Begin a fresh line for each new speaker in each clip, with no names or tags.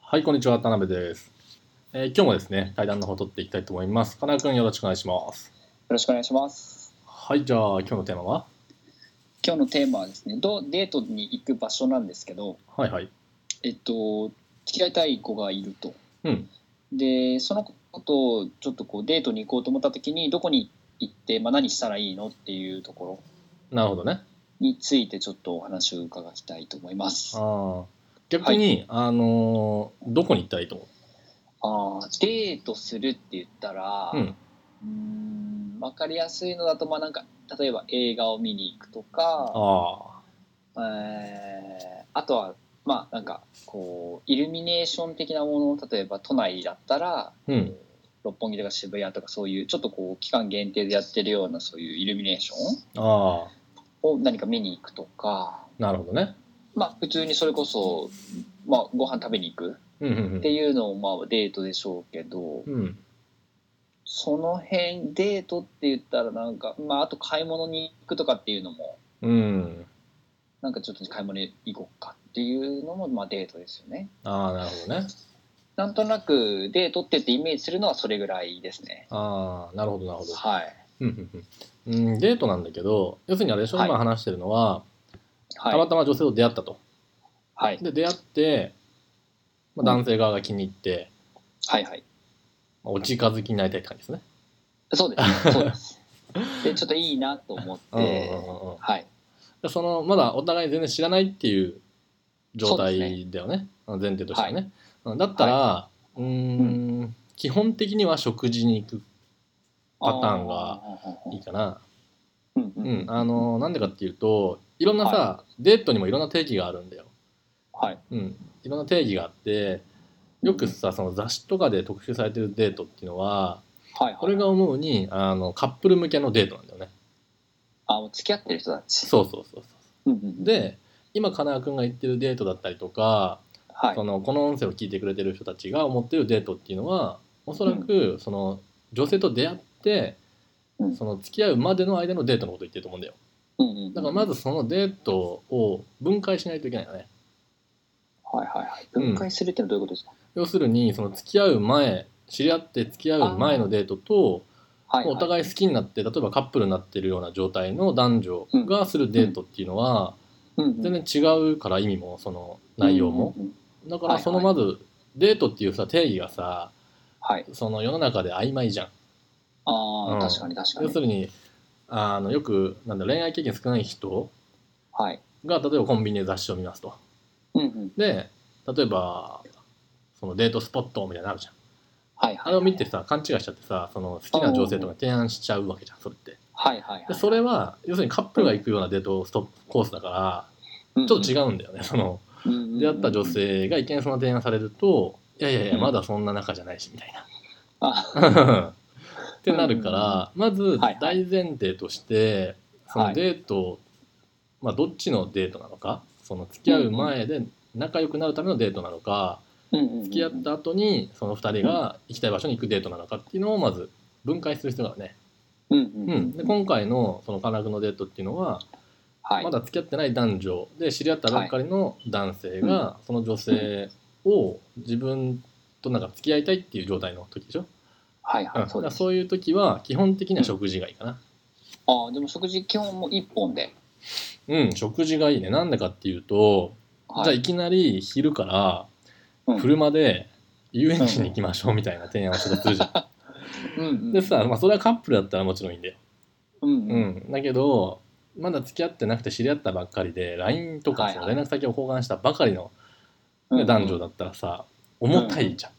はい、こんにちは、田辺です。えー今日もですね、対談の方取っていきたいと思います。金井くん、よろしくお願いします。
よろしくお願いします。
はい、じゃあ、今日のテーマは
今日のテーマはですね、どうデートに行く場所なんですけど、
はいはい。
えっと付き合いたい子がいると。
うん。
で、その子とちょっとこうデートに行こうと思った時にどこに行って、まあ何したらいいのっていうところ
なるほどね。
についてちょっとお話を伺いたいと思います。あ
ああ。逆に、あのーどこに行ったらいいと思
あー、デートするって言ったら、
ううん。
うーん分かりやすいのだとまあなんか例えば映画を見に行くとか。
あ
えーあとはまあなんかこうイルミネーション的なもの例えば都内だったら
あ。うん。
六本木とか渋谷とかそういうちょっとこう期間限定でやってるようなそういうイルミネーション
ああ。
を何か見に行くとか
なるほどね。
まあ普通にそれこそ、まあ、ご飯食べに行く
うんうん
っていうのもまあデートでしょうけど
うん。うん。
その辺デートって言ったらなんか、まあ、あと買い物に行くとかっていうのも
うん。
なんかちょっと買い物に行こうかっていうのもまあデートですよね。
ああ、なるほどね。
なんとなくデートってってイメージするのはそれぐらいですね。
ああ、なるほど、なるほど。
はい。
うんうんうん。うん、デートなんだけど、要するにあれでしょ、
はい
今話してるのは、た
は
ま
い。
たま女性と出会ったと。
はい。
で、出会って、まあ、男性側が気に入って、
はい。はい。
まあお近づきになりたいって感じですね。
そうです。そうです。で、ちょっといいなと思っ
うんうん
て、
うんうん
はい。
でそのまだお互い全然知らないっていう状
そうで
態だよね前提としてはね、うんだったら、うーん基本的には食事に行くパターンがいいかな、
うんう
うんん
うん。
あのなんでかっていうといろんなさ、デートにもいろんな定義があるんだよ、
はい。
うん、いろんな定義があってよくさその雑誌とかで特集されてるデートっていうのは
はい。
俺が思うにあのカップル向けのデートなんだよね
あ、もう付き合ってる人たち。
そうそうそうそう
うんうんうん、
で今金谷君が言ってるデートだったりとか、
はい
そ。のこの音声を聞いてくれてる人たちが思ってるデートっていうのはおそらくその女性と出会って、
うん
その付き合うまでの間のデートのこと言ってると思うんだよ
うんうんうん
だからまず、そのデートを分解しないといけないよね
はいはいはい。分解するってのはどういうことですか、
要するにその付き合う前知り合って付き合う前のデートと
はい、は
お
い。
互い好きになって例えばカップルになってるような状態の男女がするデートっていうのは
うんうん、
全然違うから意味もその内容も
うんうんうん。
だか
はい
ら
はい
そのまずデートっていうさ定義がさ
はい。
その世の中で曖昧じゃん
ああ、
うん
確かに確か
要
に
す。るにあのよくなんだ恋愛経験少ない人
はい。
が例えばコンビニで雑誌を見ますと
うんうん。
で例えばそのデートスポットみたいなのあるじゃん
はいはい。
あれを見てさ勘違いしちゃってさその好きな女性とかに提案しちゃうわけじゃんそれって
はいはいはい。
でそれは要するにカップルが行くようなデートストコースだから
ち
ちょっと違うんだよねその
うん。
出会った女。性が一見その提案されるといやいやいや
うん
まだそんな仲じゃないしみたいな
あ
ってなるから、まず
はいは
大前提として、そ
は
の
い
デートを、まあどっちのデートなのかその付き合う前で仲良くなるためのデートなのか、
うんうんうん
付き合った後にその2人が行きたい場所に行くデートなのかっていうのをまず分解する必要があるね、
うん
う
うん
ん
うん。
で今回のその金具のデートっていうのは、
はい
ま。だ付き合ってない男女で知り合ったばっかりの男性が、その女性を自分となんか付き合いたいっていう状態の時でしょ
はいは
うん
い、そう
だから
です。
そういう時は基本的には食事がいいかな
ああ、でも食事基本も一本で。
うん、食事がいいねなんでかっていうと、
はい、
じゃあいきなり昼から
うん
車で遊園地に行きましょうみたいな提案をするとす るじゃん、
うんうん、
でさ、まあ、それはカップルだったらもちろんいいんだよ、
うん
う
うん、
ん、だけどまだ付き合ってなくて知り合ったばっかりで LINE とか
はい
そ
はい
の連絡先を交換したばかりの、
うんうん
ね男女だったらさ重たいじゃん、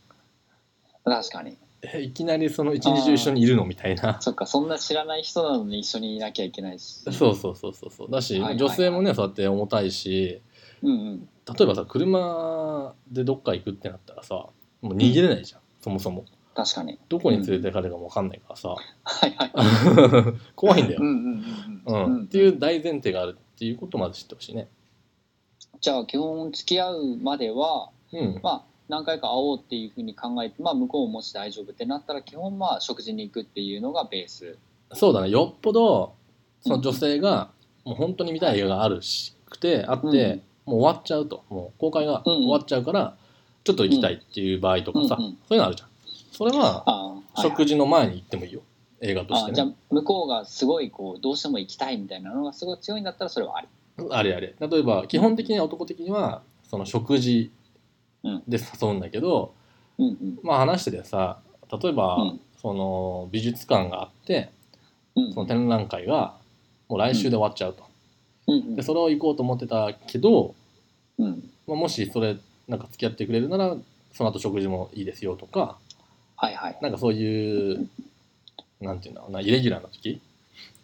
確かに。
えいきなりその一日中一緒にいるのみたいな
そっか、そんな知らない人なのに一緒にいなきゃいけないし。
そうそうそうそうそうだし、
はいはいはい
女性もねそうやって重たいし
うんうん。
例えばさ車でどっか行くってなったらさもう逃げれないじゃん、そもそも
確かに。
どこに連れていかれるかも分かんないからさ、
はいはい。
怖いんだよ、
う
うん
んうん
う
うん。
んっていう大前提があるっていうことをまず知ってほしいね
じゃあ基本付き合うまでは、
うん
まあ、何回か会おうっていうふうに考えて、まあ、向こうもし大丈夫ってなったら基本まあ食事に行くっていうのがベース。
そうだねよっぽどその女性がもう本当に見たい映画があるしくてあって、
うん
もう終わっちゃうともう公開が終わっちゃうから、ちょっと行きたいっていう場合とかさ、
うんうんうん
そういうのあるじゃんそれは
あーはいはい
食事の前に行ってもいいよ映画とし
あ
て
ーじゃあ
ね
向こうがすごいこうどうしても行きたいみたいなのがすごい強いんだったらそれはあり、
あれあれ例えば基本的には男的にはその食事で誘うんだけど、
うんうん
まあ話しててさ例えば、
うん
その美術館があって
うん
その展覧会がもう来週で終わっちゃうと、
うんうん
でそれを行こうと思ってたけど、
うん
まあ、もしそれなんか付き合ってくれるならその後食事もいいですよとか
はいはい
なんかそういうなんていうんだろうなイレギュラーな時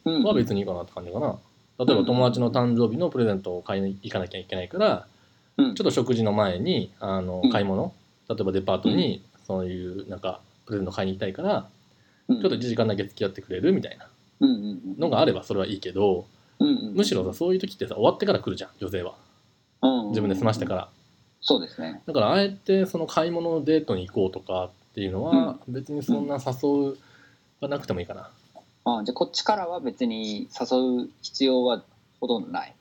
うん
は別にいいかなって感じかな例えば友達の誕生日のプレゼントを買いに行かなきゃいけないから
うん
ちょっと食事の前にあの
うん
買い物例えばデパートにそういうなんかプレゼント買いに行きたいから
うん
ちょっと1時間だけ付き合ってくれるみたいな
うんうん
のがあればそれはいいけど
うんうんうん
むしろさそういう時ってさ終わってから来るじゃん女性は
うん
自分で済ましてから
そうですね
だからあえてその買い物のデートに行こうとかっていうのは別にそんな誘うはなくてもいいかな
あーじゃあこっちからは別に誘う必要はほとんどない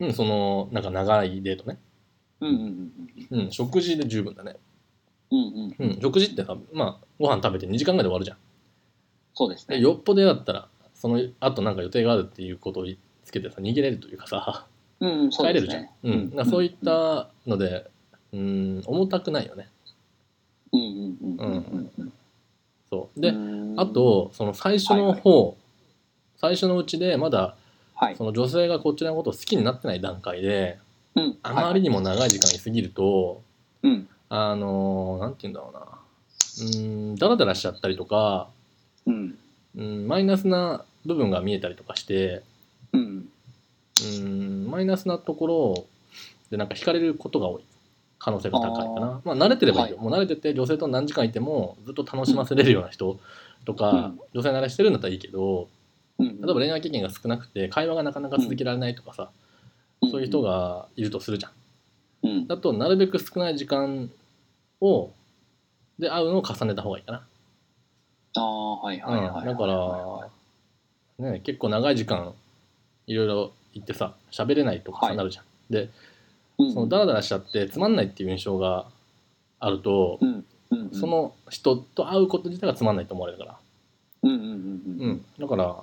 うんそのなんか長いデートね
うんうん
うん食事で十分だね
うんうんうんうん
うん食事ってさまあご飯食べて2時間ぐらいで終わるじゃん
そうですね
でよっぽど嫌だったらそのあとなんか予定があるっていうことをつけてさ逃げれるというかさ
うんうんそう
帰れる
です
じゃん
ね
う、ん、だからそういったのでうん重たくないよね
うんうんうんうんうん
そうで
うん
あとその最初の方、最初のうちでまだ
はい
その女性がこちらのことを好きになってない段階で
うん
あまりにも長い時間に過ぎると、
はいうん
あのーなんて言うんだろうなうーんダラダラしちゃったりとか
うん
うんマイナスな部分が見えたりとかして
うん
うんマイナスなところでなんか惹かれることが多い可能性が高いかなまあ慣れてればいいよ、
は
もう慣れてて女性と何時間いてもずっと楽しませれるような人とか、
うん
女性慣れしてるんだったらいいけど
うん
例えば恋愛経験が少なくて会話がなかなか続けられないとかさ、そういう人がいるとするじゃん。
うん
だとなるべく少ない時間をで会うのを重ねた方がいいかな。
ああはいはいはい、はい、
だから、ね、結構長い時間いろいろ行ってさ喋れないとか
は
さ
い
なるじゃん。
うん
そのダラダラしちゃってつまんないっていう印象があると、
うんうん
その人と会うこと自体がつまんないと思われるから。
うんうんう
う
んうん
ん、だから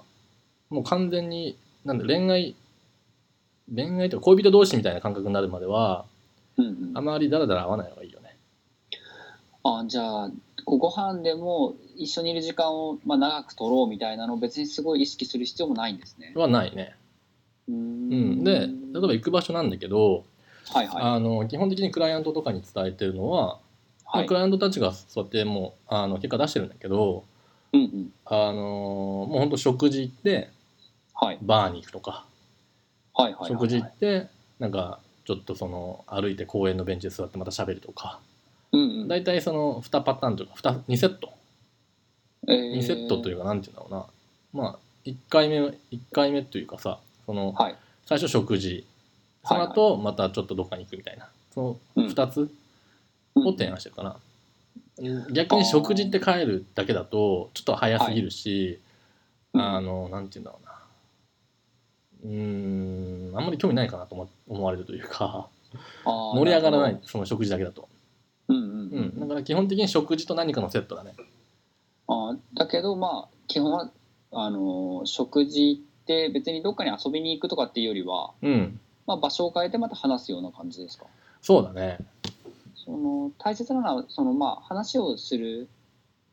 もう完全になんだ恋愛恋愛とか恋人同士みたいな感覚になるまでは
うんうん
あまりダラダラ会わない方がいいよね。
あじゃあこうご飯でも一緒にいる時間を、まあ、長く取ろうみたいなのを別にすごい意識する必要もないんですね。
はないね。
う
うん、
ん
で例えば行く場所なんだけど、
はいはい
あの基本的にクライアントとかに伝えてるのは、ま
は
あ
い
ク。ライアントたちがそうやってもうあの結果出してるんだけど、
うんうん
あのもうほんと食事行って
はい
バーに行くとか、
はいはいはい
食事行ってなんかちょっとその歩いて公園のベンチで座ってまた喋るとか
うんうん
大体その2パターンというか 2, 2セット
え
2セットという
う
か何て言うんだろうなまあ1回目1回目というかさその
はい
最初食事その後またちょっとどっかに行くみたいなその2つを提案してるかな、逆に食事って帰るだけだとちょっと早すぎるし、
はい
あのなんて言うんだろうなうーんあんまり興味ないかなと思思われるというか盛り上がらない。その食事だけだと、
うんうん
う、
うんん
だから基本的に食事と何かのセットだね
あだけどまあ基本はあのー食事って別にどっかに遊びに行くとかっていうよりは、
うん
まあ、場所を変えてまた話すような感じですか
そうだね
その大切なのはそのまあ話をする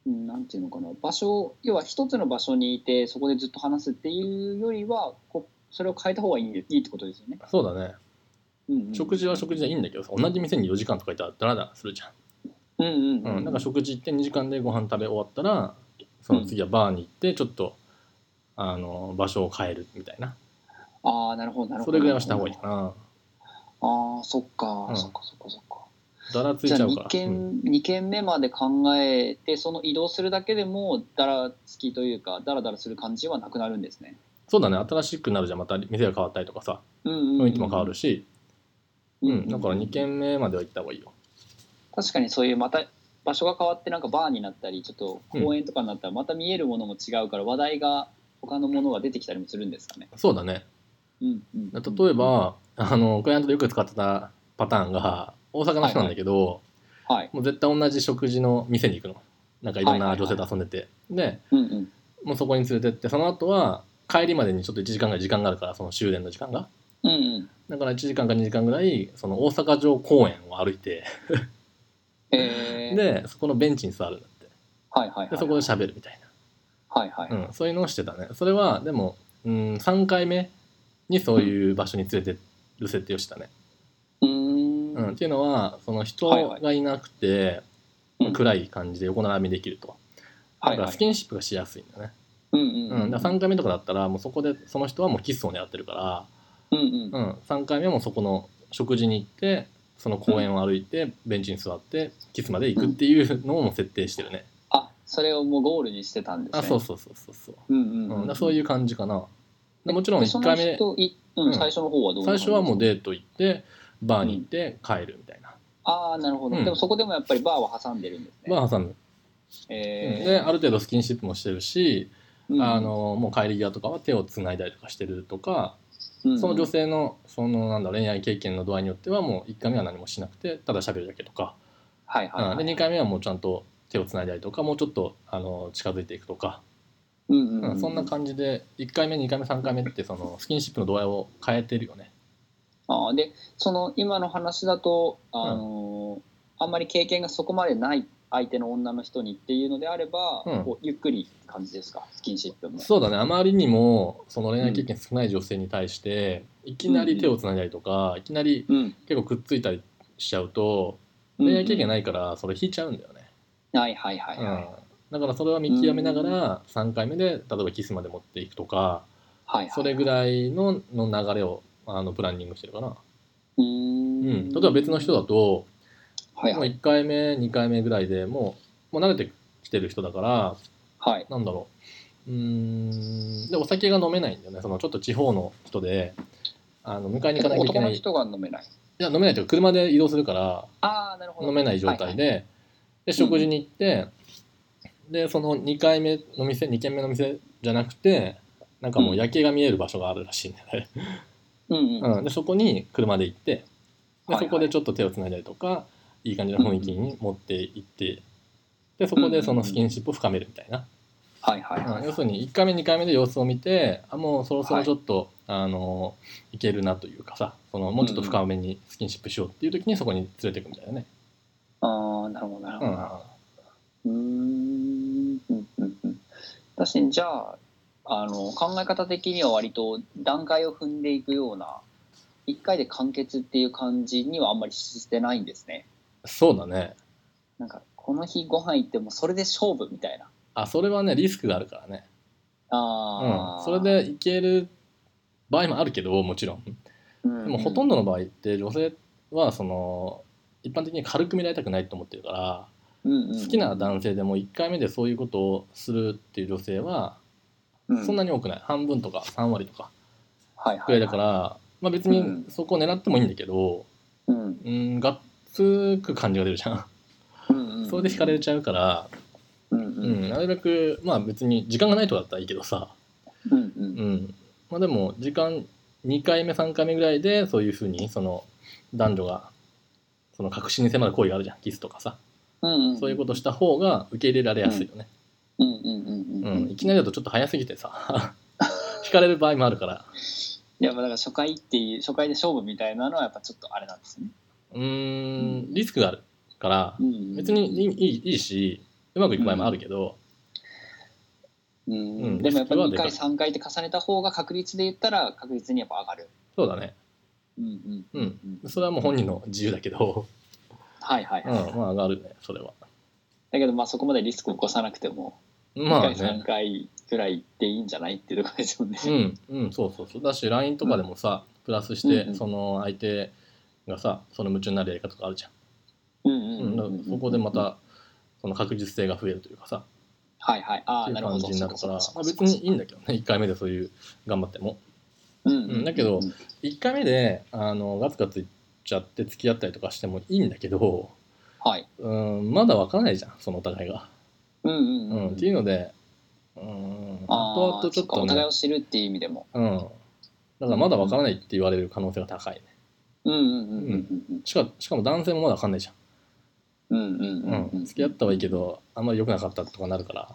うんなんていうのかな場所要は一つの場所にいてそこでずっと話すっていうよりはこうそれを変えた方がいいんでいいってことですよね。
そうだね
うんうん、
食事は食事でいいんだけどさ同じ店に4時間とかいたらダラダラするじゃん
うんうん
うん、なんか食事行って2時間でご飯食べ終わったらその次はバーに行ってちょっと、あの場所を変えるみたいな
ああなるほどなるほ
そ
ど。
れぐらいはした方がいいかな
ああそっか、
うん
そっかそっかそっか。
だらつい
じゃ
ち
あ
ゃうか
2
ら、
軒,、
うん
二軒目まで考えてその移動するだけでもだらつきというかだらだらする感じはなくなるんですね。
そうだね新しくなるじゃんまた店が変わったりとかさ
うんうんうん
雰囲気も変わるし、うんだから2軒目までは行った方がいいよ
確かにそういうまた場所が変わってなんかバーになったりちょっと公園とかになったらまた見えるものも違うから話題が他のものが出てきたりもするんですかね。
そうだね
うんうん、
例えば、あのクライアントでよく使ってたパターンが大阪の人なんだけど、
はい。
もう絶対同じ食事の店に行くのなんかいろんな女性と遊んでて、で
うんうん。
もうそこに連れてってその後は帰りまでにちょっと1時間ぐらい時間があるからその終電の時間が
うんうん。
だから1時間か2時間ぐらいその大阪城公園を歩いて
えー、
でそこのベンチに座るんだって
はいはいはい。
でそこで喋るみたい
はいはい。
な、うん、そういうのをしてたねそれはでも、うん、3回目にそういう場所に連れてる設定をしたね、
うーん。
うん、っていうのはその人
はいはい
がいなくて、
うん
暗い感じで横並びできるとだ
は
か
いは
ら
い
ス。キンシップがしやすいんだね、
うんうん
うんだから3回目とかだったらもうそこでその人はもうキスを狙ってるか
うんうん
ら、うん、3回目もそこの食事に行ってその公園を歩いてベンチに座ってキスまで行くっていうのも設定してるね、
あそれをもうゴールにしてたんですね
あそうそうそうそうそう
うんうん
うん、
う
だ
ん、
からそういう感じかな。でもちろん
で
1回目
その人い、う
うん
ん、最初の方はどうい
最初はもう
で
デート行ってバーに行って帰るみたいな。
ああなるほど、
うん
でもそこでもやっぱりバーは挟んでるんですね、
バー挟む。
えー
である程度スキンシップもしてるし、
うん
あのもう帰り際とかは手をつないだりとかしてるとか、
うん
その女性のそのなんだ恋愛経験の度合いによってはもう1回目は何もしなくてただ喋るだけとか、
はいはい、はい
うんで2回目はもうちゃんと手をつないだりとかもうちょっとあの近づいていくとか、
うんうん
うんそんな感じで1回目2回目3回目ってその スキンシップの度合いを変えてるよね。
あーでその今の話だと、あのーあんまり経験がそこまでない相手の女の人にっていうのであれば、
うん
こうゆっくりって感じですかスキンシップも
そうだねあまりにもその恋愛経験少ない女性に対して、いきなり手をつないだりとか、いきなり
うん、
結構くっついたりしちゃうと恋愛経験
な
な
い、
いからそれ引いちゃうんだよね、
はいはいはいはい、
うん、だからそれは見極めながら3回目で例えばキスまで持っていくとか
はいはい
それぐらいのの流れをあのプランニングしてるかな、
う
うんん、例えば別の人だと
はい
もう
はい
1回目2回目ぐらいでもうもう慣れてきてる人だから
はい
なんだろううーんでお酒が飲めないんだよねそのちょっと地方の人であの迎えに行かなきゃいけ
男
な
の
いい
人が飲めない
や飲めないというか車で移動するから
ああなるほど
飲めない状態で,、
は
で食事に行って、でその2回目の店2軒目の店じゃなくてなんかもう夜景が見える場所があるらしいんだよね、
いはいうんうん
うん、でそこに車で行って
はい
で
はい
そこでちょっと手をつないだりとかいい感じの雰囲気に持っていってでそこでそのスキンシップを深めるみたいな。
はいはい
うん
はい
要するに1回目2回目で様子を見てあもうそろそ
は
ろ
い
ちょっと、あのいけるなというかさそのもうちょっと深めにスキンシップしようっていう時にそこに連れてくみたいなね、
ああなるほどなる
う
ほ
ん、
ど
あ
うーんうんうんうん私じゃああの考え方的には割と段階を踏んでいくような一回で完結っていう感じにはあんまりしてないんですね
そうだね
なんかこの日ご飯行ってもそれで勝負みたいな
あそれはねリスクがあるからね、
あ
う
あ、
ん、それでいける場合もあるけどもちろん
うん
でもほとんどの場合って女性はその一般的に軽く見られたくないと思ってるから好きな男性でも1回目でそういうことをするっていう女性はそんな
に
に多くない半分とか3割とかく
く
らいだから、まあ、別にそこを狙ってもいいんだけど、
うん
うん、がっつく感じが出るじゃん、
うんうん
それで惹かれちゃうから、
うんう
うんん、なるべくまあ別に時間がないとかだったらいいけどさ、
うんうん
うんまあ、でも時間2回目3回目ぐらいでそういうふうにその男女がその確信に迫る行為があるじゃんキスとかさ
うんん
そういうことした方が受け入れられやすいよね、
うんうんうん
う
うんん
いきなりだとちょっと早すぎてさ 惹かれる場合もあるから
いやまあだから初回っていう初回で勝負みたいなのはやっぱちょっとあれなんですね。
うーんリスクがあるから
うん
別にいいいいいいしうまくいく場合もあるけど、
うん
うん
でもやっぱり
そ
2
れは
回
でか
3回って重ねた方が確率で言ったら確率にやっぱ上がる。
そうだね
うんうん
うん
うん、
それはもう本人の自由だけど、
はいはい、
うん、
はい
まあ上がるねそれは
だけどまあそこまでリスクを起こさなくても
ま
2
あ
回
ね
3回ぐらいでいいんじゃないっていうところですよね。
うんうんそうそうそうだし LINE とかでもさ、プラスし
うんう
て
ん
その相手がさその夢中になるやり方とかあるじゃ
うん
ん、うんだからそこでまたその確実性が増えるというかさ
はいはいあ
ってい
あ
う
なるほ
感
ど。
じになるから、
そ
ま
う
あ、
か
別
そうかそう
にいいんだけどね1回目でそういう頑張っても
か
ん
うんうん
だけど
うん
1回目であのガツガツいっちゃって付き合ったりとかしてもいいんだけど
はい。
うんまだ分からないじゃんそのお互いが、
うんう
う
んうん
んっていうのでうん
あー
後々ちょっ
そ
と
かお
ね
互いを知るっていう意味でも。
うん。だからまだ分からないって言われる可能性が高いね。
うんうんうんうんうんうん。
しかしかも男性もまだ分かんないじゃん。
うん
う
うんうんうん
ん、付き合ったはいいけどあんまり良くなかったとかなるから、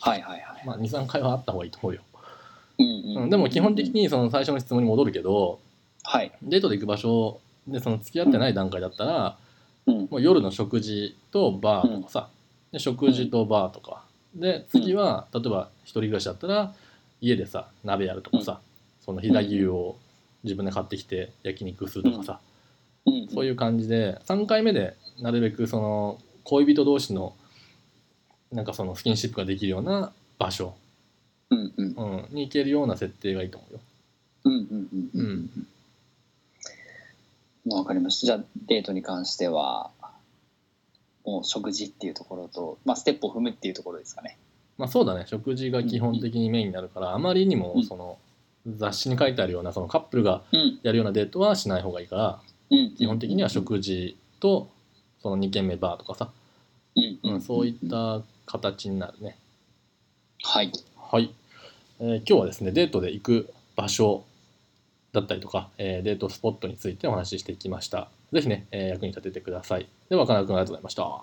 はいはいはい、
まあ、23回はあった方がいいと思うよ、
うん
うん、でも基本的
に
にその最初の質問に戻るけど
はい、
デートで行く場所でその付き合ってない段階だったら、
うん、
もう夜の食事とバーとかさ、で食事とバーとかで次は例えば一人暮らしだったら家でさ鍋やるとかさ、その飛騨牛を自分で買ってきて焼肉するとかさ、
うん
そう
い
いう感じで3回目でなるべくその恋人同士のなんかそのスキンシップができるような場所、
うんうんうん
うん、に行けるような設定がいいと思うよ。
うんうんうんうんわかりましたじゃあデートに関してはもう食事っていうところと、まあ、ステップを踏むっていうところですかね
まあそうだね食事が基本的にメインになるからあまりにもその雑誌に書いてあるようなそのカップルが
うん
やるようなデートはしない方がいいから
うん
基本的には食事とその2軒目バーとかさ、
うん
うん、そういっ
ん
た形になるね。
はい
はい、えー今日はですねデートで行く場所だったりとか、えーデートスポットについてお話ししていきました。ぜひね、えー役に立ててください。では、かなくんありがとうございました。
あ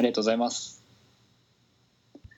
りがとうございます